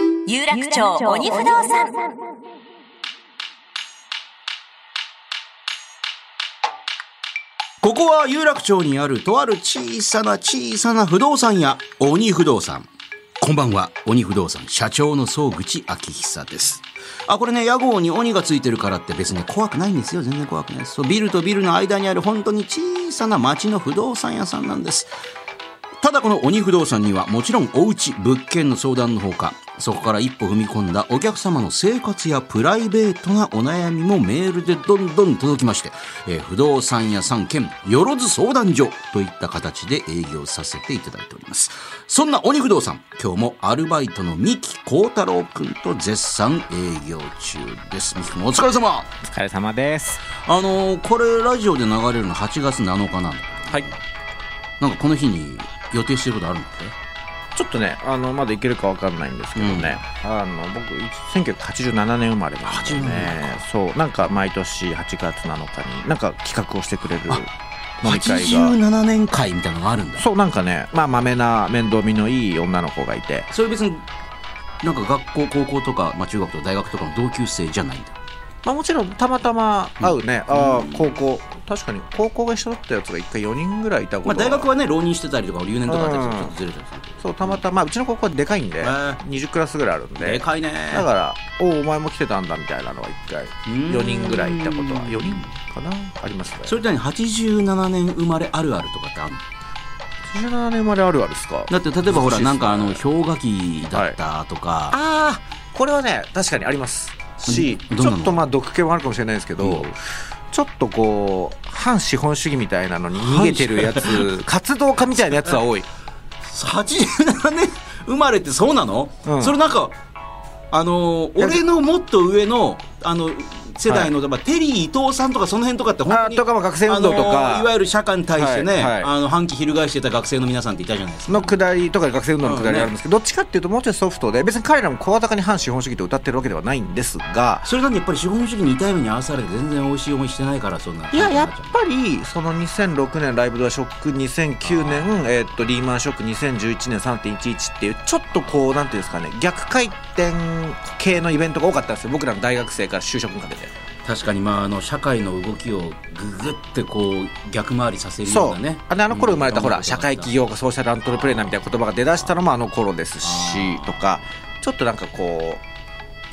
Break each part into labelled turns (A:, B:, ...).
A: 部長鬼不動産
B: ここは有楽町にあるとある小さな小さな不動産屋、鬼不動産。こんばんは、鬼不動産社長の総口昭久です。あ、これね、屋号に鬼がついてるからって別に怖くないんですよ。全然怖くないです。そう、ビルとビルの間にある本当に小さな町の不動産屋さんなんです。ただこの鬼不動産にはもちろんお家物件の相談のほかそこから一歩踏み込んだお客様の生活やプライベートなお悩みもメールでどんどん届きまして、えー不動産屋さん兼よろず相談所といった形で営業させていただいておりますそんな鬼不動産今日もアルバイトの三木幸太郎くんと絶賛営業中です三木くんお疲れ様
C: お疲れ様です
B: あのーこれラジオで流れるの8月7日なんだ
C: はい
B: なんかこの日に予定してることあるんだって
C: ちょっとねあのまだいけるかわかんないんですけどね、あの僕1987年生まれなんで
B: 87年
C: ねそうなんか毎年8月7日になんか企画をしてくれる飲み会が
B: 87年会みたいなのがあるんだ
C: そうなんかねまあまめな面倒見のいい女の子がいて
B: それ別になんか学校高校とか、まあ、中学とか大学とかの同級生じゃないんだ
C: まあもちろんたまたま会うね、ああ高校確かに高校が一緒だったやつが一回4人ぐらいいたこと
B: まあ、大
C: は
B: 学はね浪人してたりとか留年とかあったりするとちょっとずれた
C: うん
B: りするけ
C: そうたまたまうちの高校はでかいんで、
B: ー
C: 20クラスぐらいあるん
B: どで
C: で
B: かいね
C: だから「おおお前も来てたんだ」みたいなのは一回
B: ん
C: 4人ぐらいいたことは4人かなありますね
B: それって何87年生まれあるあるとかってあるの
C: 87年生まれあるあるですか
B: だって例えばほら
C: 難しいっすね
B: なんかあの氷河期だったとか、
C: ああこれはね確かにありますし
B: うん
C: ち
B: どんな
C: ょ
B: の
C: っとまあ毒気もあるかもしれないですけど、
B: うん
C: ちょっとこう反資本主義みたいなのに逃げてる やつ活動家みたいなやつは多い
B: 87年生まれってそうなの、
C: うん
B: それなんかあのー
C: いや
B: 俺のもっと上のあの世代の、まあテリー伊藤さんとかその辺とかって本当
C: あ
B: に
C: とかも学生運動と
B: あの
C: か
B: ーいわゆる社会に対してね、
C: はいはい
B: あの反旗翻してた学生の皆さんっていたじゃないですか
C: の下りとか学生運動の下りあるんですけど、どっちかっていうともうちょいソフトで別に彼らも声高に反資本主義と歌ってるわけではないんですが
B: それなんでやっぱり資本主義に痛い目に遭わされて全然美味しい思いしてないからそんない
C: いややっぱりその2006年ライブドアショック2009年、えーっとリーマンショック2011年3.11っていうちょっとこうなんていうんですかね逆回転系のイベントが多かったんですよ僕らの大学生から就職にかけて
B: 確かにまああの社会の動きをググってこう逆回りさせるよう
C: そ
B: な
C: う、
B: ね
C: あであの頃生まれた、
B: うん
C: ほら社会起業家ソーシャルアントレプレーナーみたいな言葉が出だしたのもあの頃ですしとかちょっとなんかこ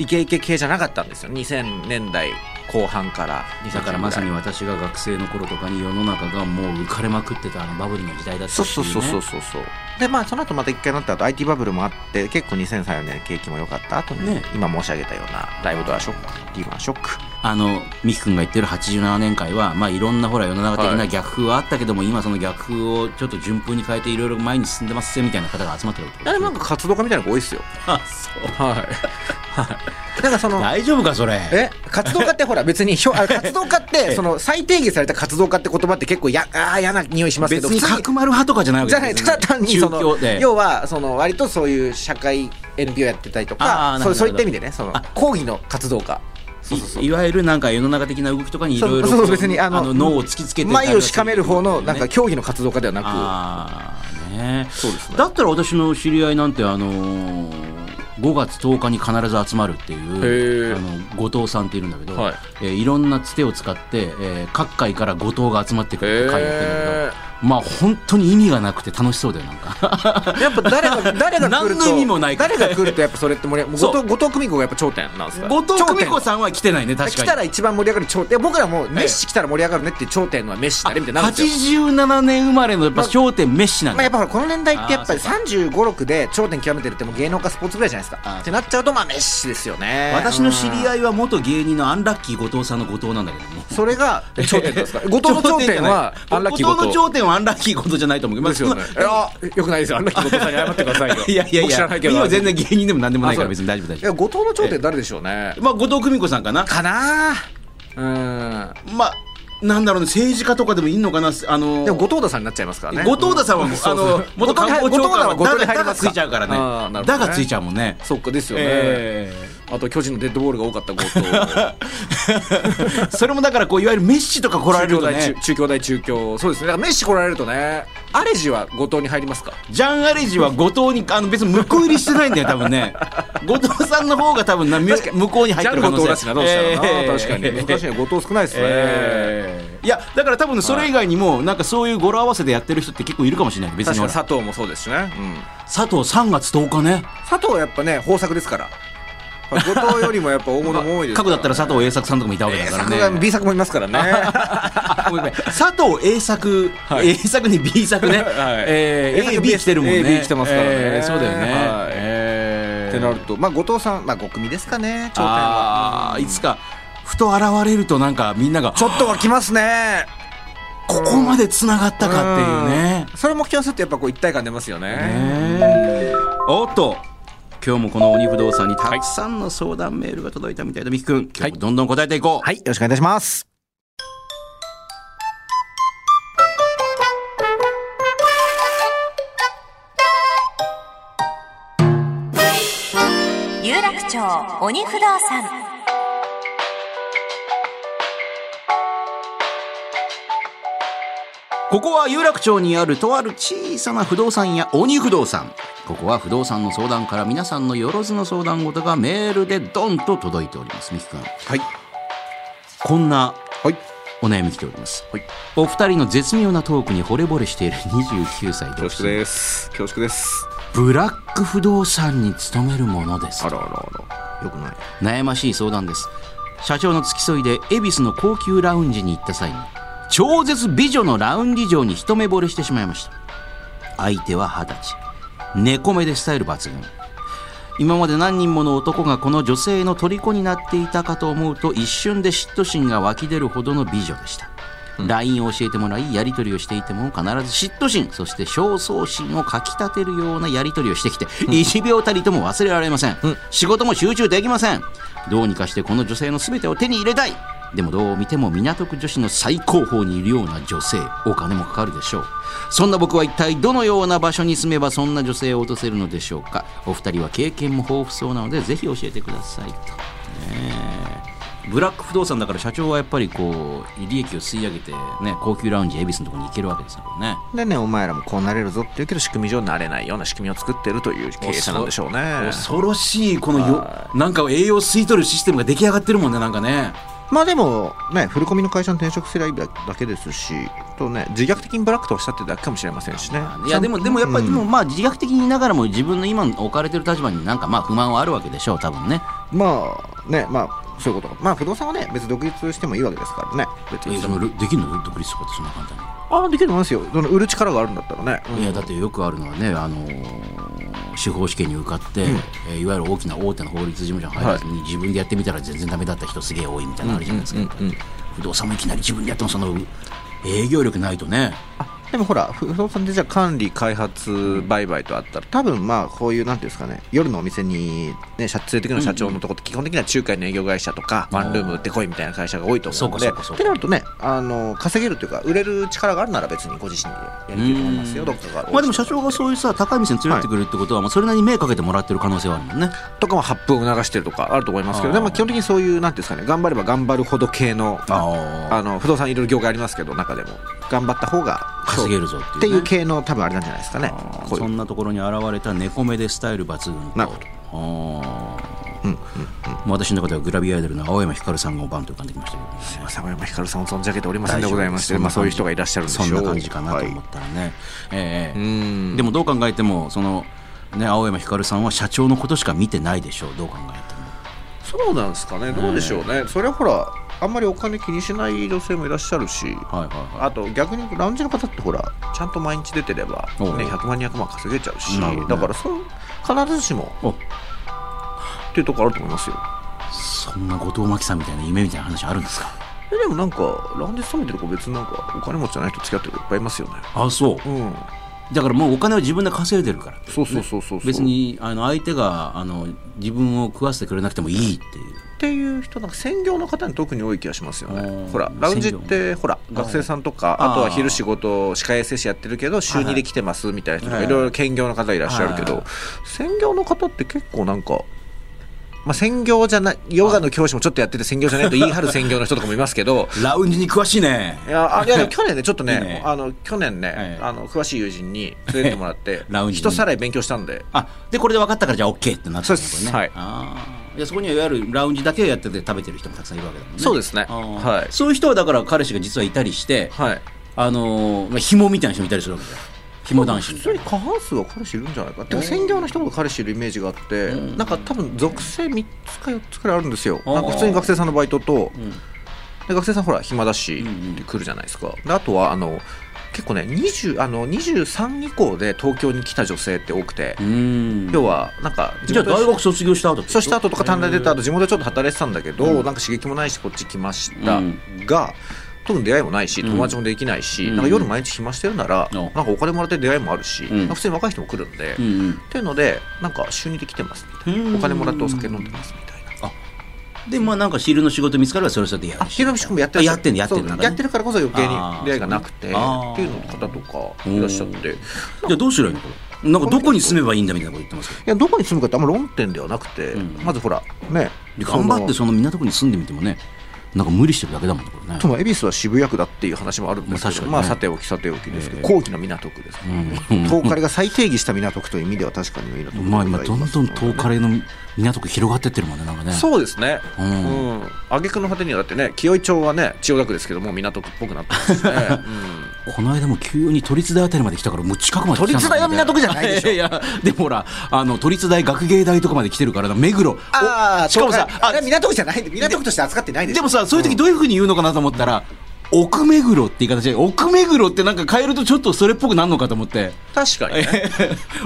C: うイケイケ系じゃなかったんですよ2000年代後半から2000年代
B: だからまさに私が学生の頃とかに世の中がもう浮かれまくってたあのバブルの時代だった
C: そう
B: って
C: そ
B: いうね
C: そうそうそうそうでまあその後また一回なった後 IT バブルもあって結構2003年景気も良かった後に、
B: ね
C: 今申し上げたようなライブドアショックリーマンショック
B: あの美樹君が言ってる87年会はまあいろんなほら世の中的
C: は
B: ない逆風はあったけども、今その逆風をちょっと順風に変えていろいろ前に進んでますぜみたいな方が集まってるってこと
C: あれなんか活動家みたいな子多いですよ
B: あそう
C: はいだからその
B: 大丈夫かそれ
C: え活動家ってほら別にひょあ活動家 ってその再定義された活動家って言葉って結構やあー嫌な匂いしますけ
B: 別
C: ど
B: に
C: 普通
B: 角丸派とかじゃないわけ
C: じゃない、ただ単にその
B: 宗教で、
C: 要はその割とそういう社会 NPO やってたりと
B: あー
C: か、
B: なるほ
C: そう
B: ど
C: そういった意味でね、その
B: あ
C: 抗議の活動家。そうそうそう
B: いいわゆるなんか世の中的な動きとかにい
C: そ
B: ろいうろ
C: そう
B: こ
C: そうう別にあの
B: 脳を突きつけて
C: 眉をしかめる方のなんか
B: ね
C: 競技の活動家ではな
B: ああね
C: そうですね
B: だったら私の知り合いなんてあのー5月10日に必ず集まるってい
C: へ
B: う
C: ー
B: あの後藤さんっているんだけど、
C: はい
B: えーいろんなつてを使って、えー各界から後藤が集まってくる会やってるんだけ
C: へ
B: どまあ本当に意味がなくて楽しそうだよなんか
C: くやっぱ誰が誰が来ると
B: 何の意味もないから
C: 誰が来るとやっぱそれって盛り上
B: そう
C: がる後藤久美子がやっぱ頂点なんですか
B: 後藤久美子
C: 頂
B: さんは来てないね
C: 点
B: 確か
C: 来
B: に
C: たら一番盛り上がる頂点僕らもメッシ来たら盛り上がるねっていう頂点はメッシだねみたいになるんですよ
B: 87年生まれのやっぱ焦点メッシなんだ
C: まあやっぱほらこの年代ってやっぱ
B: あー
C: り3 5 6で頂点極めてるってもう芸能かスポーツぐらいじゃないです
B: あー
C: かってなっちゃうとまあメッシですよね
B: 私の知り
C: い
B: 合いは元芸人のアンラッキー後藤さんの後藤なんだけども。
C: それが 頂点なんですか後藤の頂点はアンラッキー
B: 後藤の頂点はアンラッキー後藤じゃないと思うけど、
C: ですよねいやよくないですよアンラッキー後藤さんに謝ってくださいよ
B: いやいやい
C: 僕知
B: や
C: らないけど
B: 今全然芸人でも何でもないから
C: あそう
B: 別に大丈夫大
C: い
B: 丈
C: や後藤の頂点誰でしょうね
B: 夫。まあ後藤久美子さんかな。
C: かなあうん
B: まあなんだろうね政治家とかでもいいのかなあの
C: でも後藤田さんになっちゃいますからね
B: 後藤田さんはもうあの元官房長官は
C: 後藤田は後藤
B: だが
C: に入
B: だ
C: り
B: が
C: ます
B: ついちゃうからね。だがついちゃ
C: ゃ
B: うもんね。
C: うそっかですよね、
B: ええ
C: あと巨人のデッドボールが多かった強盗
B: それもだからこういわゆるメッシとか来られると
C: 中京大
B: ね
C: 中中京大中京そうですねだからメッシ来られるとねアレジは後藤に入りますか
B: ジャン・アレジは後藤にあの別に向こう入りしてないんだよ多分 ね後藤さんの方が多分なみ
C: 確かに
B: 向こうに入ってる可能性
C: ジャン後藤だしなどうしたらな、
B: えー
C: 確か に確かに後藤少ないですね、
B: えーいやだから多分ねそれ以外にもなんかそういう語呂合わせでやってる人って結構いるかもしれない別に
C: 確か
B: ほら
C: に佐藤もそうですしね、うん
B: 佐藤3月10日ね
C: 佐藤はやっぱね豊作ですから後藤よりもやっぱ大物も多いです
B: 過 去だったら佐藤栄
C: 栄
B: 作さんとかもいたわけだからね、
C: 作が B 作もいますからね
B: ごめんごめん佐藤栄作、
C: い
B: A 作に B 作ね、
C: はい
B: え
C: A 作
B: A、B 来てるもんね
C: A B 来てますからね
B: えーそうだよね、
C: はい
B: え
C: っ
B: ー
C: てなるとまあ後藤さんまあ5組ですかね頂点は
B: あーいつかふと現れるとなんかみんなが
C: ちょっとは来ますね
B: ここまでつながったかっていうね、
C: うんそれも気をするとやっぱこう一体感出ますよね
B: ねおっと今日もこの鬼不動産にたくさんの相談メールが届いたみたいだ、みきくん今日もどんどん答えていこう、
C: はいよろしくお願いいたします
A: 有楽町鬼不動産
B: ここは有楽町にあるとある小さな不動産屋鬼不動産ここは不動産の相談から皆さんのよろずの相談事がメールでドンと届いておりますみきくん
C: はい
B: こんな
C: はい
B: お悩み来ております、
C: はい
B: お二人の絶妙なトークに惚れ惚れしている29歳独
C: 恐縮
B: 身
C: です恐縮です
B: ブラック不動産に勤めるものです
C: あらあらあらよくない
B: 悩ましい相談です社長の付き添いで恵比寿の高級ラウンジに行った際に超絶美女のラウンジ嬢に一目惚れしてしまいました相手は二十歳猫目でスタイル抜群今まで何人もの男がこの女性の虜になっていたかと思うと一瞬で嫉妬心が湧き出るほどの美女でした LINE を教えてもらいやり取りをしていても必ず嫉妬心そして焦燥心をかきたてるようなやり取りをしてきて1秒たりとも忘れられません、仕事も集中できませんどうにかしてこの女性の全てを手に入れたいでもどう見ても港区女子の最高峰にいるような女性お金もかかるでしょうそんな僕は一体どのような場所に住めばそんな女性を落とせるのでしょうかお二人は経験も豊富そうなのでぜひ教えてくださいと、ねえブラック不動産だから社長はやっぱりこう利益を吸い上げて、ね、高級ラウンジ恵比寿のところに行けるわけですからね
C: でねお前らもこうなれるぞって言うけど仕組み上なれないような仕組みを作ってるという経営者なんでしょうね
B: 恐ろしいこのよなんか栄養吸い取るシステムが出来上がってるもんねなんかね
C: まあでもね振り込みの会社に転職すればいいだけですしとね自虐的にブラックとおっしゃってるだけかもしれませんしね
B: いやでもでもやっぱり、
C: うん
B: でもまあ自虐的に言いながらも自分の今置かれてる立場になんかまあ不満はあるわけでしょう多分ね
C: まあねまあそういうことまあ不動産はね別に独立してもいいわけですからね別にその
B: できるの独立とかってそんな簡単に
C: ああできると思いますよその売る力があるんだったらね、うん
B: いやだってよくあるのはね、あのー司法試験に受かって、えーいわゆる大きな大手の法律事務所に入らずに、自分でやってみたら全然ダメだった人すげえ多いみたいなのあるじゃないですか、不動産もいきなり自分でやってもその営業力ないとね
C: あでもほら不動産でじゃあ管理開発売買とあったら多分まあこういうなんていうんですかね夜のお店にね社連れてくる社長のとこって基本的には仲介の営業会社とかワンルーム売ってこいみたいな会社が多いと思うので
B: そ
C: っ
B: うかそうかそうか
C: てなるとねあの稼げるというか売れる力があるなら別にご自身でやりたいと思いますよどっかが
B: まあでも社長がそういうさ高い店に連れてってくれるってことは、まあそれなりに目かけてもらってる可能性はあるもんね
C: とかも発奮を促してるとかあると思いますけ
B: あ
C: ど
B: ー
C: でも基本的にそういうなんていうんですかね頑張れば頑張るほど系の
B: あ
C: あの不動産いろいろ業界ありますけど中でも頑張った方が
B: 稼げるぞっ
C: ってて
B: いう,、
C: い
B: ね、
C: う系の多分あれなんじゃないですかねこうい
B: そ
C: うん
B: なところに現れた猫目でスタイル抜群と
C: なるほど
B: あーまあ私の中ではグラビアアイドルの青山ひかるさんがバンと浮かんできましたけどね
C: 沢山ひかるさんを存じ上げておりませんでございまして、まあ、そういう人がいらっしゃるんでしょう
B: そんな感じかなと思
C: は
B: ったらね、ええ
C: い、うん
B: でもどう考えてもその、ね、青山ひかるさんは社長のことしか見てないでしょうどう考えても。
C: そうなんですかねどうでしょうね、それはほらあんまりお金気にしない女性もいらっしゃるし
B: はいはいはい
C: あと逆に言うとラウンジの方ってほらちゃんと毎日出てれば、ね、
B: おう
C: 100万200万稼げちゃうし、
B: なるほどね
C: だからそう必ずしも
B: お
C: っていうところあると思いますよ
B: そんな後藤真希さんみたいな夢みたいな話あるんですか
C: えでもなんかラウンジ勤めてる子別になんかお金持ちじゃない人付き合ってる子いっぱいいますよね
B: あそう
C: うん
B: だからもうお金は自分で稼いでるから
C: そうそうそうそうそう
B: 別にあの相手があの自分を食わせてくれなくてもいいっていう
C: っていう人なんか専業の方に特に多い気がしますよ
B: お
C: ね
B: ー
C: ほらラウンジってほら学生さんとか
B: あー
C: あとは昼仕事歯科衛生士やってるけど週2で来てますみたいな人と
B: は
C: か
B: い
C: いろいろ兼業の方いらっしゃるけ
B: は
C: ど専業の方って結構なんかまあ、専業じゃない、ヨガの教師もちょっとやってて専業じゃないと言い張る専業の人とかもいます けど、
B: ラウンジに詳しいね
C: いや、あいやでも去年ね、ちょっとね、
B: いいね
C: あの去年ね、
B: はい
C: あの詳しい友人に連れてってもらっ て
B: ラウン、ジに
C: 人さらい勉強したんで、
B: あでこれで分かったからじゃあ OK ってなったん
C: そう
B: です
C: です
B: ね
C: はい
B: あーいやそこにはいわゆるラウンジだけをやってて食べてる人もたくさんいるわけだもんね
C: そうですね
B: あー
C: はい
B: そういう人はだから彼氏が実はいたりして、
C: はい、
B: あのーまあ、紐みたいな人もいたりするわけだよ紐男子
C: 普
B: みた
C: 通
B: い
C: に
B: な
C: 過半数は彼氏いるんじゃないかでも専業の人が彼氏いるイメージがあって、
B: うん
C: なんか多分属性3つか4つくらいあるんですよ
B: あー
C: なんか普通に学生さんのバイトと、
B: ん
C: で学生さんほら暇だし、
B: うんうん
C: で来るじゃないですかであとはあの結構ね20あの23以降で東京に来た女性って多くて、
B: うーん
C: 要はなんか
B: じゃあ
C: 地元
B: 大
C: で
B: 学卒業した後ってこと
C: そうした後とか短大出た後地元でちょっと働いてたんだけど、
B: うん
C: なんか刺激もないしこっち来ました、
B: うん
C: が特に出会いもないし
B: ん
C: 友達もできないし、
B: うん
C: なんか夜毎日暇してるなら、
B: うん
C: なんかお金もらって出会いもあるし、
B: うん
C: なんか普通に若い人も来るんで、
B: う
C: っ
B: んうん
C: ていうのでなんか週2で来てますみたい
B: うん
C: なお金もらってお酒飲んでますみたいな。
B: でまあなんか昼の仕事見つかればそれはそれでや
C: あ
B: るし
C: 昼の仕込みやってる
B: あやってんのやってんの
C: そう
B: なんかね
C: やってるからこそ余計に
B: あー
C: 出会いがなくてっていう
B: あー
C: の方とかいらっしゃってい
B: じゃあどうすればいいのこれなんかどこに住めばいいんだみたいなこと言ってますけど
C: やどこに住むかってあんま論点ではなくて、
B: うん
C: まずほらね
B: で頑張って
C: そ
B: その港区に住んでみてもねなんか無理してるだけだもんねこれね
C: のとも恵比寿は渋谷区だっていう話もあるんですけど、
B: ま
C: ま
B: あ
C: あ
B: 確
C: さておきさておきですけど、
B: ええ
C: 後期の港区です、
B: うん
C: 東カレが再定義した港区という意味では確かに港区でご
B: まあ
C: ざい
B: 今
C: ます
B: どんどん東カレーの港区広がってってるもんねなんかね
C: そうですね
B: う
C: うんん、挙句の果てにはだってね紀伊町はね千代田区ですけどもう港区っぽくなってます ね、
B: この間も急に都立大あたりまで来たからもう近くまで来たんだ
C: 都立大は港区じゃないでしょ
B: いやいやでもほらあの都立大学芸大とかまで来てるからな目黒お
C: ああ
B: しかもさあ
C: れは港区じゃない港区として扱ってないで
B: でもさそういう時どういうふうに言うのかなと思ったら、奥目黒って言い方で奥目黒ってなんか変えるとちょっとそれっぽくなんのかと思 って
C: 確かに、ね、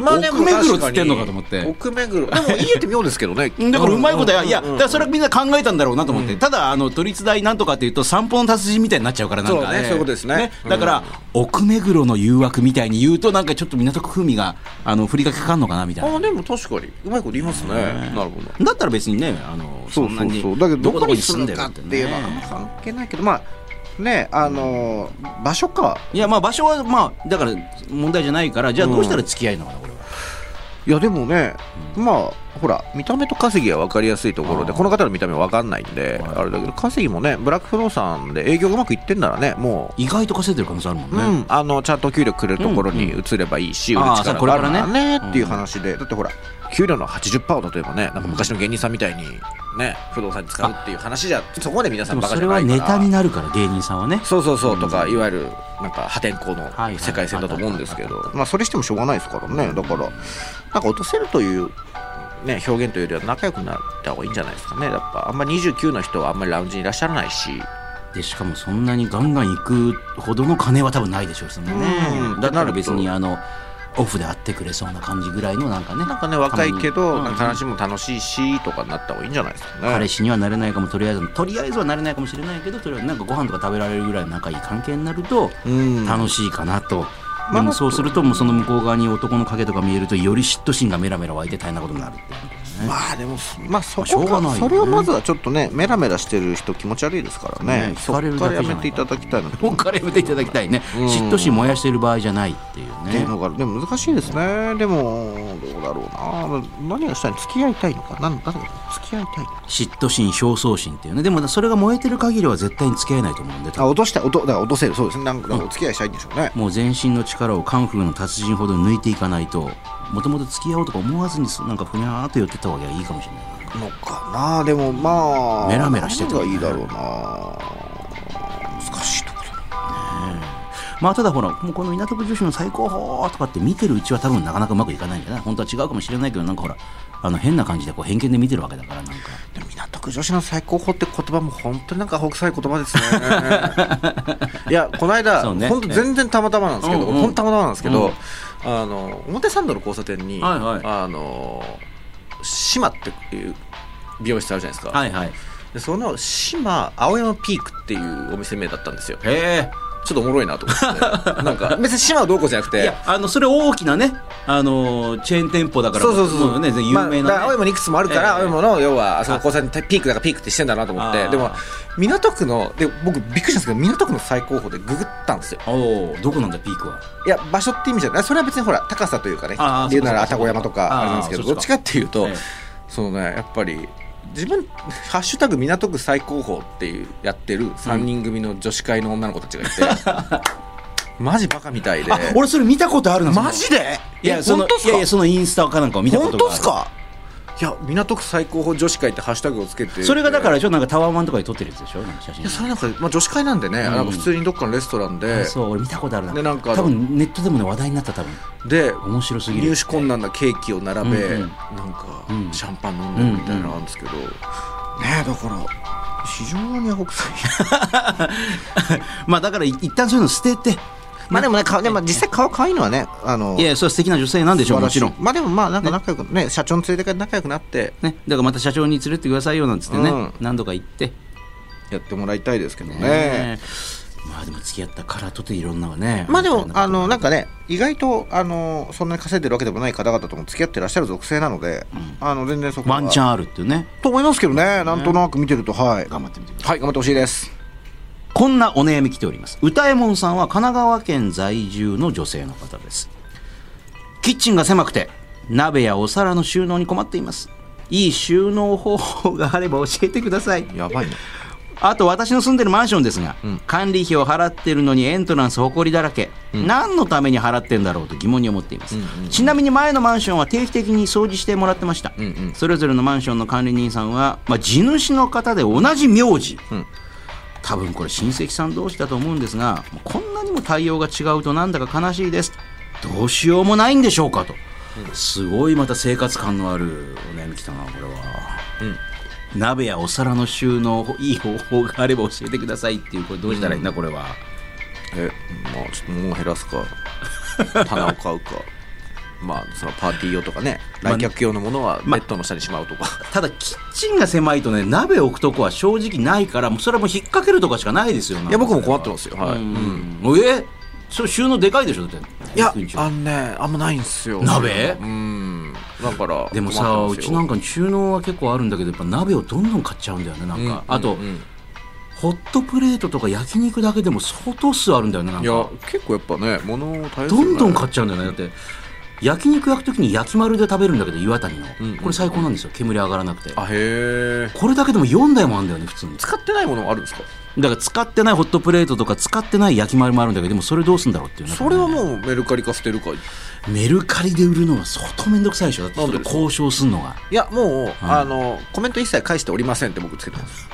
B: 奥目黒っつってんのかと思って
C: 奥目黒でも家って妙ですけどね
B: だからうまいことや、いや、だ
C: うんうん
B: から
C: うん
B: それはみんな考えたんだろうなと思って、ただ、あの、都立大なんとかっていうと、散歩の達人みたいになっちゃうから、なんか
C: そうねそういうことですねうん
B: だから、奥目黒の誘惑みたいに言うと、なんかちょっと港区風味が、あの、振りかけかかんのかな、みたい
C: あ
B: な。
C: あでも確かにうまいこと言いますねなるほど
B: だったら別にね、あの、
C: そう
B: な
C: そう
B: に
C: そうだけどどこに住むか
B: よ
C: っていうのはあんま関係ないけどまあねあのー場所か
B: いや、まあ場所は、まあ、だから問題じゃないから、じゃあどうしたら付き合いなのかな、これは。
C: いやでもね、まあほら見た目と稼ぎは分かりやすいところで
B: あー
C: この方の見た目は分かんないんで
B: はい
C: あれだけど稼ぎもねブラック不動産で営業がうまくいってんならねも
B: 意外と稼いでる可能性あるもん
C: う、
B: ね。
C: うん、あのちゃんと給料くれるところに移ればいいし、
B: うんうん
C: 売る
B: あーそ
C: 力
B: う
C: が
B: これからね
C: あるねっていう話でだってほら給料の80%を例えばねなんか昔の芸人さんみたいにね不動産に使うっていう話じゃそこまで皆さ
B: で
C: ん
B: も
C: バカ
B: そ
C: じ
B: れ
C: ゃ
B: は
C: ないか
B: ネ
C: ら
B: タになるから、芸人さんはね。
C: そうそうそうとか、いわゆるなんか破天荒
B: はいはい
C: の世界線だと思うんですけど、まあ、それしてもしょうがないですからねだからなんか落とせるという、ね、表現というよりは仲良くなった方がいいんじゃないですかねやっぱあんまり29の人はあんまりラウンジにいらっしゃらないし、
B: でしかもそんなにガンガン行くほどの金は多分ないでしょうしね
C: うん
B: だった
C: なる
B: ら
C: と
B: 別にあのオフで会ってくれそうな感じぐらいのなんかね
C: なんかね若いけど、
B: うん
C: なんか話も楽しいしとかになった方がいいんじゃないですかね。
B: 彼氏にはなれないかもとりあえずとりあえずはなれないかもしれないけどとりあえずなんかご飯とか食べられるぐらいの仲いい関係になると
C: うん
B: 楽しいかなと、
C: あ
B: でもそうするともうその向こう側に男の影とか見えるとより嫉妬心がメラメラ湧いて大変なことになるっていう
C: まあでもまあそ
B: しょ
C: こ
B: う
C: か
B: がないよね
C: それをまずはちょっとねメラメラしてる人気持ち悪いですからね
B: ね
C: そこからやめていただきたいなと
B: もう彼やめていただきたいね、
C: うん
B: 嫉妬心燃やしてる場合じゃないっていう
C: っ
B: ね
C: ていうのがでも難しいですねでもどうだろうな何がしたい付き合いたいのか何だろう付き合いたいのか
B: 嫉妬心表層心っていうねでもそれが燃えてる限りは絶対に付き合えないと思うんで多
C: あ
B: 分
C: 落としたい落とだから落とせるそうですねなんかお付き合いしたいんでしょうね、
B: もう全身の力をカンフーの達人ほど抜いていかないともともと付き合おうとか思わずになんかふにゃーっと寄ってった方がいいかもしれないな
C: のかなでもまあ
B: メラメラしてた
C: たがいいだろうな難しいところ
B: まあただほらもうこの港区女子の最高峰とかって見てるうちは多分なかなかうまくいかないんじゃない本当は違うかもしれないけどなんかほらあの変な感じでこう偏見で見てるわけだからなんか
C: でも港区女子の最高峰って言葉も本当になんか北斎言葉ですね いやこの間
B: そう
C: 本
B: ね
C: 当、全然たまたまなんですけど、
B: うんうん
C: 本当たまたまなんですけ
B: う
C: ど
B: ん、
C: あの表参道の交差点に、
B: はいはい
C: あの島っていう美容室あるじゃないですか、
B: いはい
C: でその島青山ピークっていうお店名だったんですよちょ
B: へえ
C: っとおもろいなと 思ってなんか別に島はどうこうじゃなく
B: い
C: て
B: やあのそれ大きなねあのチェーン店舗だから
C: そうそうそう
B: も
C: そう、
B: ね全然有名な、ね
C: まあだから青山にいくつもあるから、
B: ええ
C: 青山の要はあそこ交差点ピークだからピークってしてんだなと思っ
B: あ
C: て
B: ー
C: でも港区ので僕びっくりしたんですけど港区の最高峰でググったんですよ
B: おおどこなんだピークはい
C: や場所って意味じゃないそれは別にほら高さというかね
B: あー
C: 言うなら
B: そう
C: 愛
B: かそうか
C: 宕山とかあれなんですけ
B: あー
C: どどっちかっていうと、
B: ええ
C: そのねやっぱり自分「ハッシュタグ港区最高峰」っていうやってる3人組の女子会の女の子たち がいて、マジバカみたいで
B: あ俺それ見たことあるなその
C: マジで
B: いやその
C: 本当っ
B: いやいやそのインスタかなんかを見たこ
C: 本
B: と
C: 当
B: が
C: っ
B: ある
C: すかいや港区最高峰女子会ってハッシュタグをつけて
B: それがだかららでしょなんかタワーマンとかで撮ってるやつでしょなんか写
C: いやそ
B: 真
C: れなんか、まあ、女子会なんでね、
B: ん
C: なんか普通にどっかのレストランで
B: そう俺見たことあるな
C: でなんかあ
B: 多
C: の
B: 分ネットでもね話題になった多分
C: で
B: 面白すぎる
C: 入手困難なケーキを並べ、
B: うんうん
C: なんか
B: うん
C: シャンパン飲んでるみたいなのがあるんですけど、ねえだから非常に北斎
B: まあだからい一旦そういうの捨てて
C: まあでもねかでも実際顔可愛いのはねあの
B: いやいやそれは素敵な女性なんでしょうもちろん
C: まあでもまあなんか仲良くね社長の連れてから仲良くなって
B: ね、だからまた社長に連れてってくださいよなんつってね、
C: うん
B: 何度か言って、
C: やってもらいたいですけどね
B: ねまあでも付き合ったからとていろんなのがね
C: まあでも
B: みたいな
C: あ
B: こと
C: のなんかね意外とあのそんなに稼いでるわけでもない方々とも付き合ってらっしゃる属性なので、あの全然そこは
B: ワンチャンあるっていうね
C: と思いますけどねなんとなく見てるとはい
B: 頑張ってみてください
C: はい頑張ってほしいです
B: こんなお悩み来ております歌右衛門さんは神奈川県在住の女性の方ですキッチンが狭くて鍋やお皿の収納に困っていますいい収納方法があれば教えてください
C: やばいね
B: あと私の住んでるマンションですが、管理費を払ってるのにエントランス埃だらけ、何のために払ってんだろうと疑問に思っています、ちなみに前のマンションは定期的に掃除してもらってました、
C: んうん
B: それぞれのマンションの管理人さんは、まあ、地主の方で同じ名字、
C: ん
B: 多分これ親戚さん同士だと思うんですがもうこんなにも対応が違うとなんだか悲しいですどうしようもないんでしょうかと、すごいまた生活感のあるお悩み来たなこれは。鍋やお皿の収納いい方法があれば教えてくださいっていうこれどうしたらいいんだこれは、
C: えまあちょっと物を減らす か棚を買うかまあそのパーティー用とかね
B: まあ
C: 来客用のものはベ
B: まあ
C: ッドの下にしまうとか、
B: ただキッチンが狭いとね鍋置くとこは正直ないからもうそれはもう引っ掛けるとかしかないですよ
C: いや僕も困って
B: ま
C: ますよはい、
B: う
C: うん
B: ん、えそれ収納でかいでしょだって
C: いや
B: 肉にしろ
C: あのねあんまないんですよ
B: 鍋
C: うんだから
B: でもさ
C: 困っ
B: う
C: てます
B: ち
C: よ
B: なんか収納は結構あるんだけどやっぱ鍋をどんどん買っちゃうんだよねなんか、
C: うんうん
B: あと、
C: うん
B: ホットプレートとか焼肉だけでも相当数あるんだよねなん
C: い
B: か
C: や結構やっぱね物を大切
B: どんどん買
C: っ
B: っちゃうんだよねだって焼肉焼くときに焼き丸で食べるんだけど岩谷の、
C: うん
B: これ最高なんですよ煙上がらなくて
C: あへえ
B: これだけでも4台もあるんだよね普通にだ
C: 使ってないものもあるんですか
B: から使ってないホットプレートとか使ってない焼き丸もあるんだけどでもそれどうすんだろうっていうね
C: それは
B: こ
C: もうメルカリか捨てるかい
B: れねメルカリで売るのは相当面倒くさいでしょだって
C: なん
B: 人
C: で
B: と
C: ですか
B: 交渉するのが
C: やもう、あのコメント一切返しておりませんって僕つけてます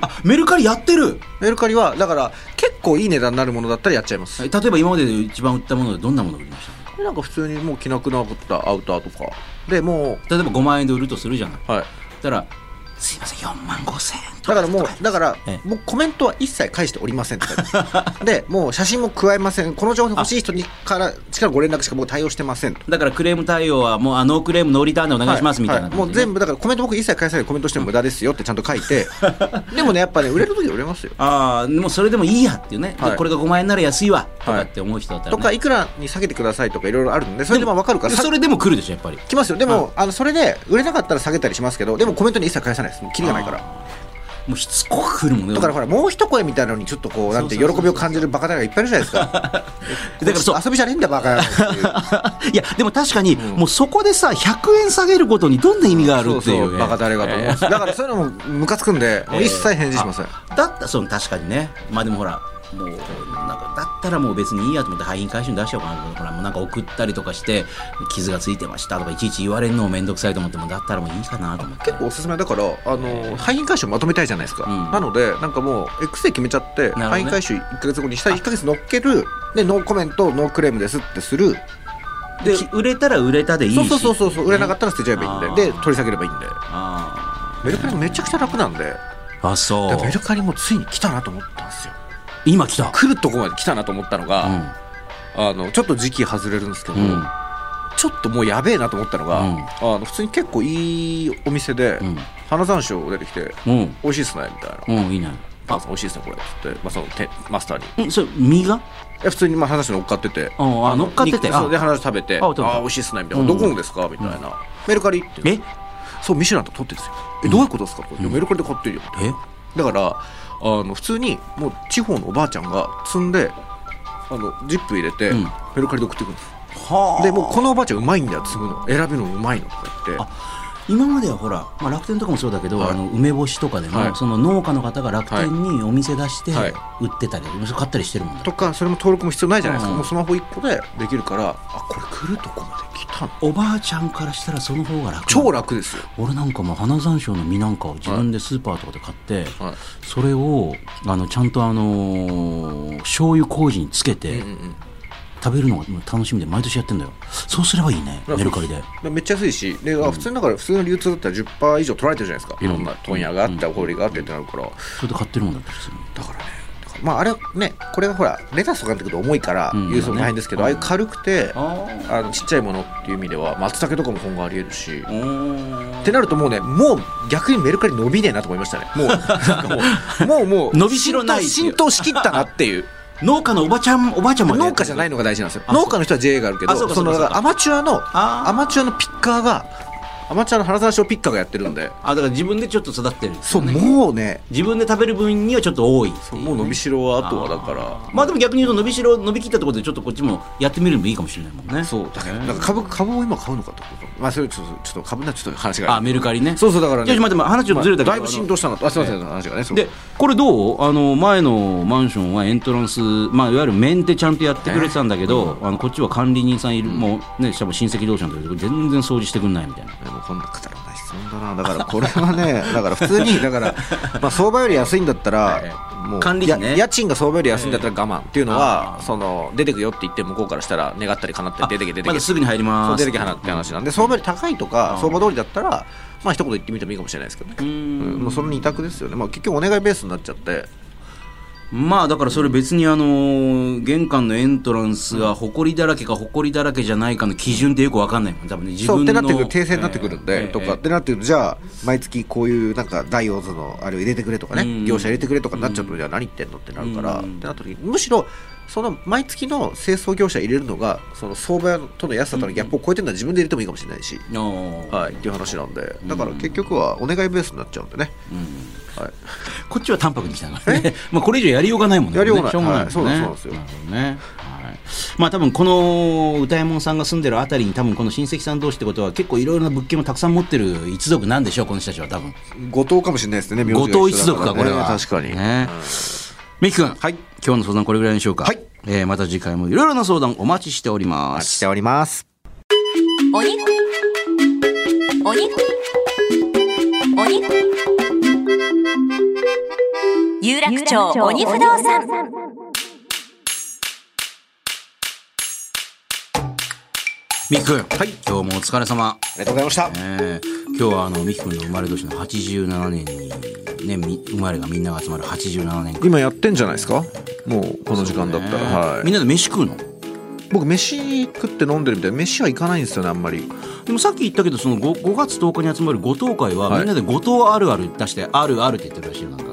B: あメルカリやってる
C: メルカリはだから結構いい値段になるものだったらやっちゃいます、
B: 例えば今までで一番売ったものでどんなもの売りました
C: なんか普通にもう着なくなったアウターとかでも
B: 例えば5万円で売るとするじゃないだ
C: うは
B: っ
C: い
B: たら「すいません4万5千円」
C: だからもうだから
B: ええ
C: もうコメントは一切返しておりませんって書いてま すでもう写真も加えませんこの情報欲しい人にから力ご連絡しか僕対応してませんと
B: だからクレーム対応はもうあノークレームノーリターンでお願いしますみたいな
C: は
B: 感
C: は
B: じでね、
C: もう全部だからコメント僕一切返さないでコメントしても無駄ですよってちゃんと書 いてでもねやっぱね売れる時は売れますよ
B: ああもうそれでもいいやっていうね、
C: はい
B: これが5万円なら安いわと
C: は
B: か
C: い
B: って思う人だったら、
C: と
B: ね
C: かいくらに下げてくださいとかいろいろあるんでそれでまあ分かるから
B: で
C: さ
B: それでも来るでしょやっぱり
C: 来ますよでも、あのそれで売れなかったら下げたりしますけどでもコメントに一切返さないですもうキリがないから
B: もうしつこく来るもんね
C: だからほらもう一声みたいなのにちょっとこうなんて喜びを感じるバカだがいっぱいいるじゃないです か
B: だからそう
C: 遊びじゃねえんだバカ野郎っていう
B: いやでも確かに、もうそこでさ100円下げることにどんな意味があるっていう,、
C: そうそうバカだれがと思うんですだからそういうのもムカつくんでもう一切返事しません、
B: だったらその確かにねまあでもほらもうなんかだったらもう別にいいやと思って廃品回収に出しちゃおうかなとかほらもうなんか送ったりとかして傷がついてましたとかいちいち言われるのも面倒くさいと思ってもうだったらもういいかなと思って
C: 結構おすすめだからあの廃品回収まとめたいじゃないですか、
B: うん
C: なのでなんかもう X で決めちゃって、
B: ほどね
C: 廃品回収1か月後にしたら1か月乗っけるでノーコメントノークレームですってする
B: で売れたら売れたでいいし
C: そうそうそうそうそう売れなかったら捨てちゃえばいいんで
B: あー
C: で取り下げればいいんで
B: あ
C: メルカリめちゃくちゃ楽なんで
B: ーあそ
C: だ
B: う
C: からメルカリもついに来たなと思ったんですよ
B: 今来た
C: 来るとこまで来たなと思ったのが、
B: うん
C: あのちょっと時期外れるんですけど、
B: うん
C: ちょっともうやべえなと思ったのが、
B: うん
C: あの普通に結構いいお店で、
B: うん
C: 花山椒出てきて
B: うん
C: 「美味しいっすね」みたいな
B: うんいいね
C: 「パンさん美味しいっすねこれ」っつって、まあ、そのてマスターにい
B: えそれ身が
C: や普通にまあ花山椒乗っかってて
B: ああ乗っかってて
C: 肉
B: あ
C: そうで花椒食べ
B: あ
C: て「あ
B: 食べた
C: あ美味しいっすね」みたいな
B: う
C: 「
B: ん
C: どこのですか?」みたいな、メルカリ」って
B: え
C: そうミシュランと取ってるんですよ「えどういうことですか?」これいやメルカリで買ってるよ」みたい
B: え
C: なだからあの普通にもう地方のおばあちゃんが積んであのジップ入れて、
B: うん
C: メルカリで送ってくるんです
B: は
C: でもうこのおばあちゃんうまいんだよ継ぐの選ぶのうまいのとか言って
B: 今まではほら、まあ、楽天とかもそうだけど、
D: はい
B: あの梅干しとかでも、
D: はい
B: その農家の方が楽天にお店出して
D: はい
B: 売ってたり、それ買ったりしてるもんだ
C: とかそれも登録も必要ないじゃないですか、
B: うん
C: もうスマホ1個でできるからあこれ来るとこまで来たの
B: おばあちゃんからしたらその方が楽
C: 超楽ですよ
B: 俺なんかもう花山椒の実なんかを自分でスーパーとかで買って、
D: はい
B: それをあのちゃんとあのー醤油麹につけて
D: うんうん
B: 食べるのがもう楽しみで毎年やってんだよそうすればいいねメルカリで
C: めっちゃ安いしで、あ普通にだから普通の流通だったら10%以上取られてるじゃないですか、いろんな問屋があってお堀があってってなるから、
B: それで買ってるもんだって普通に
C: だからねだからまああれはねこれがほらレタスとかになってくると重いから
B: うん
C: 輸送も大変ですけ
B: う
C: ど、
B: ん
C: ああいう軽くて
B: あ
C: あのちっちゃいものっていう意味では松茸とかも今後ありえるし、
B: おー
C: ってなるともうねもう逆にメルカリ伸びねえなと思いましたねもうなんか もうもうもう
B: 伸びしろない
C: 浸透浸透しきったなっていう
B: 農家のおばちゃんおばあちゃ んまで
C: 農家じゃない
B: の
C: のが大事なんですよ
B: あそう
C: 農家の人は JA があるけど
B: あそう
C: そ
B: かそうか
C: の
B: そうか
C: だからアマチュアの
B: あー
C: アマチュアのピッカーがアマチュアの原沢賞ピッカーがやってるんで
B: あだから自分でちょっと育ってるんです
C: そう
B: よね
C: もうね
B: 自分で食べる分にはちょっと多いってい
C: そうもう伸びしろはあとはだから
B: まあでも逆に言うと伸びしろ伸びきったところでちょっとこっちもやってみるのもいいかもしれないもんね
C: そうだからだから株株を今買うのかってことまあそれちょっとちょっと株なちょっと話が
B: あメルカリね
C: そうそうだからね
B: じゃあちょっと待って話ちょっとずれたけど
C: まあだいぶ浸透したのあすいません話がねそう
B: でこれどうあの前のマンションはエントランス、まあ、いわゆるメンテちゃんとやってくれてたんだけど、あのこっちは管理人さんいる、もうねしかも親戚同士なんだけど全然掃除してくんないみたいな
C: でもこんなくだらない質問だなだからこれはね だから普通にだから、まあ、相場より安いんだっ たらもう
B: 管理費ね
C: や家賃が相場より安いんだったら我慢っていうのはその出てくよって言って向こうからしたら願ったりかなったり出てけ出て
B: ま
C: け
B: だすぐに入り
C: そう
B: ます
C: 出てけはなって話なんで相場より高いとか相場通りだったらまあ一言言ってみてもいいかもしれないですけどねうんもうその二択ですよねまあ結局お願いベースになっちゃって
B: まあだからそれ別にあのー玄関のエントランスが埃だらけか埃だらけじゃないかの基準ってよくわかんないもん多分ね自
C: そ
B: 分
C: うっ
B: の
C: てなってくる訂正になってくるんで、
B: ええ
C: と
B: ええ
C: かってなってくるとじゃあ毎月こういうなんかダイオーズのあれを入れてくれとかね、
B: うん
C: 業者入れてくれとかになっちゃうとじゃあ何言ってんのってなるから、
B: うん
C: ってなった時にむしろその毎月の清掃業者入れるのがその相場との安さとのギャップを超えてるのは自分で入れてもいいかもしれないし、
B: あー
C: はい、っていう話なんでだから結局はお願いベースになっちゃうんでね、はい、
B: こっちは淡白に来たからね。 まあこれ以上やりようがないもんね。
C: やりようがない
B: しょうがない、ね。
C: はいそうなんですそう
B: な
C: なん
B: るほどね。はい。まあ多分この歌右衛門さんが住んでるあたりに多分この親戚さん同士ってことは結構いろいろな物件をたくさん持ってる一族なんでしょうこの人たちは多分。
C: 後藤かもしれないですね名字
B: 後
C: が一緒だら
B: 藤一族かこれは。
C: ね確かに、
B: ね。ミキ君、
C: はい
B: 今日の相談これぐらいにしようか。
C: はい
B: えーまた次回もいろいろな相談お待ちしておりま
C: し
B: す
C: て。おります
A: お肉お肉お肉有楽町鬼不動産
B: ミキ君、今日もお疲れ様。
C: ありがとうございました、
B: ね今日はあのミキ君の生まれ年の87年に、ね、み生まれがみんなが集まる87年
C: 今やってんじゃないですかもうこの時間だったら、はい
B: みんなで飯食うの
C: 僕飯食って飲んでるみたいな飯は行かないんですよねあんまり
B: でもさっき言ったけどその 5, 5月10日に集まる五島会は
C: はい
B: みんなで五島あるある出してあるあるって言ってるらしいよなんか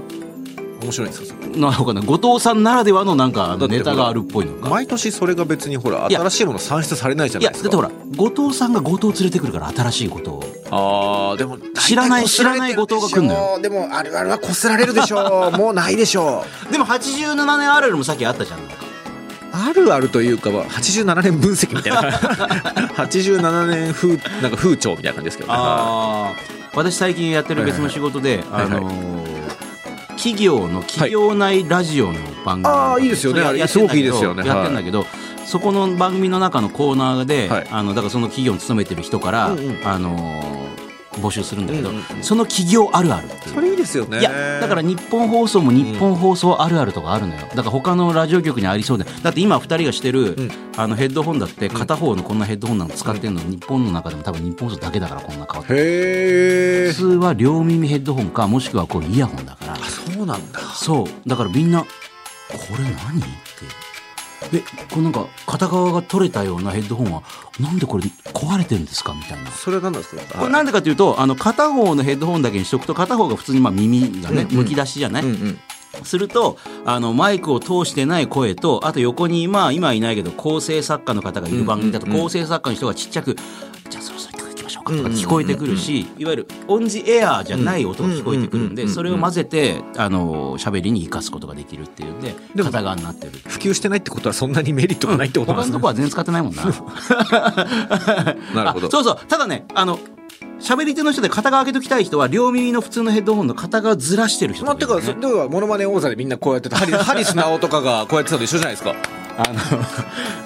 C: 面白いんですよ
B: なんかわかんない後藤さんならではのなんかあの
C: だって
B: ネタがあるっぽいのか
C: 毎年それが別にほら
B: いや
C: 新しいもの産出されないじゃ
B: い
C: ない
B: や
C: で
B: だっ
C: す
B: て
C: か
B: ほら後藤さんが後藤連れてくるから新しい後藤
C: あーでも
B: 知らない
C: 大体こす
B: 知
C: れてるでしょ
B: らない後藤が来んのよ
C: でもあるあるはこすられるでしょう もうないでしょう
B: でも87年あるあるもさっきあったじゃんなんか
C: あるあるというかは87年分析みたいな 87年風なんか風潮みたいな感じですけどね
B: ああ私最近やってる別の仕事で、
C: はいは
B: あ
C: い
B: のー企業の企業内ラジオの番組、
C: ああいいですよね
B: それ
C: あれ
B: やってんだけど
C: すごくいいですよね
B: やってんだけど、そこの番組の中のコーナーで、
C: はい
B: あのだからその企業に勤めてる人から、
C: うんうん
B: あのー募集するんだけど、
C: うんうんうん
B: その企業あるあるっていう
C: それいいですよね
B: いやだから日本放送も日本放送あるあるとかあるのよ、だから他のラジオ局にありそうでだって今2人がしてる、
C: ん
B: あのヘッドホンだって片方のこんなヘッドホンなの使ってるの、日本の中でも多分日本放送だけだからこんな変わってる
C: へえ
B: 普通は両耳ヘッドホンかもしくはこうイヤホンだから
C: そうなんだ
B: そうだからみんなこれ何ってえこれなんか片側が取れたようなヘッドホンはなんでこれ壊れてるんですかみたいな
C: それは何なんですか
B: これなんでかというとあの片方のヘッドホンだけにしとくと片方が普通にまあ耳がね
C: うんうん
B: むき出しじゃない、
C: うんうん
B: するとあのマイクを通してない声とあと横に、まあ、今はいないけど構成作家の方がいる番組だと、
C: うんうんうん
B: 構成作家の人がちっちゃく「じゃあそろそろ曲いきましょうか」とか聞こえてくるし、いわゆるオンジエアーじゃない音が聞こえてくるんで、
C: うんうんうんうんうん
B: それを混ぜてあの喋りに生かすことができるっていうんで
C: でも
B: 片側になってる。
C: 普及してないってことはそんなにメリットがないってことなん
B: 他
C: です
B: のと
C: ね
B: こは全然使ってないもんな。
C: なるほど
B: あそうそう。ただね、あの、喋り手の人で片側開けときたい人は両耳の普通のヘッドホンの片側ずらしてる人
C: まあ、
B: と
C: て
B: か
C: か、
B: いる
C: そ
B: よね
C: れはモノマネ王座でみんなこうやってたハリハリス・ナオとかがこうやってたのと一緒じゃないですか
B: あ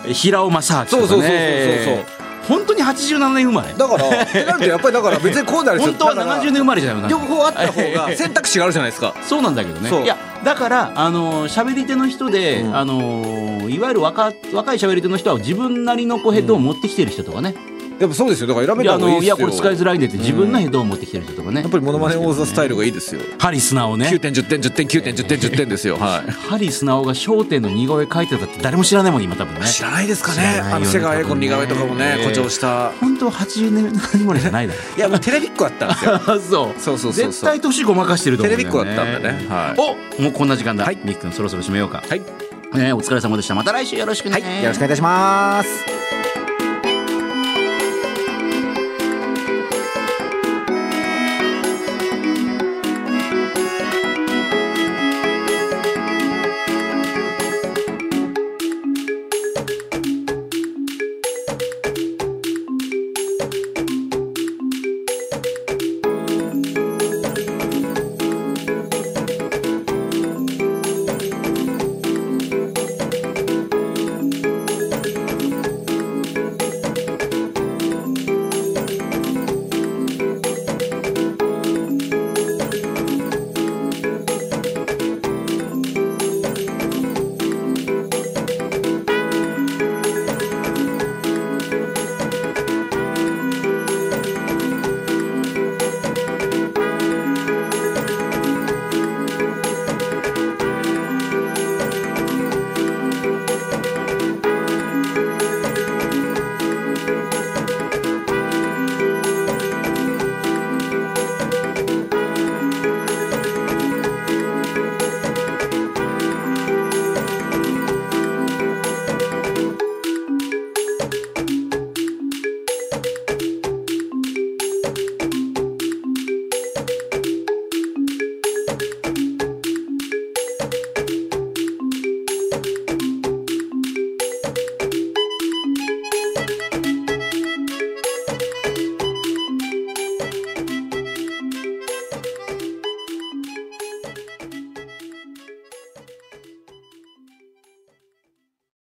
B: の平尾正明とか、ね、
C: そうそうそうそう
B: 本当に87年生まれ
C: だからってなるとやっぱりだから別にこうなる
B: 本当は70年生まれじゃないの
C: 両方あった方 が選択肢があるじゃないですか
B: そうなんだけど
C: そ
B: ね
C: う
B: いやだからあの喋り手の人で、
C: うん
B: あのいわゆる若若い喋り手の人は自分なりのこうヘッドを持ってきてる人とかね、
C: やっぱそうですよだから選べ
B: いや
C: た
B: あ
C: 方がいい
B: の
C: ですよ
B: いやこれ使いづらいんでって
C: うん
B: 自分のヘッドを持ってきてる人とかね、
C: やっぱりモノマネ王座スタイルがいいですよ
B: ハリスナオね
C: 9点10点10点9点10点10点ですよは
B: ハリスナオが『笑点』の似顔絵描いてたって誰も知らないもん今多分ね
C: い知らないですか
B: 知らない
C: ね
B: よね
C: あの瀬川栄子の似顔絵とかもね
B: 多分ね
C: 誇張した
B: 本当は80年生まれじゃないだろ
C: いやもうテレビっ子だったんです よ
B: あそう
C: そうそうそう
B: 絶
C: そう
B: 対年ごまかしてると
C: テ
B: 思う
C: レ
B: んだ
C: ビ
B: よ
C: っ
B: ね
C: 子だったんだねはい
B: おもうこんな時間だ、
C: はい
B: みっくんそろそろ締めようか、
C: はい
B: ねお疲れ様でしたまた来週よろしくね、
C: はいよろしくお願いいたします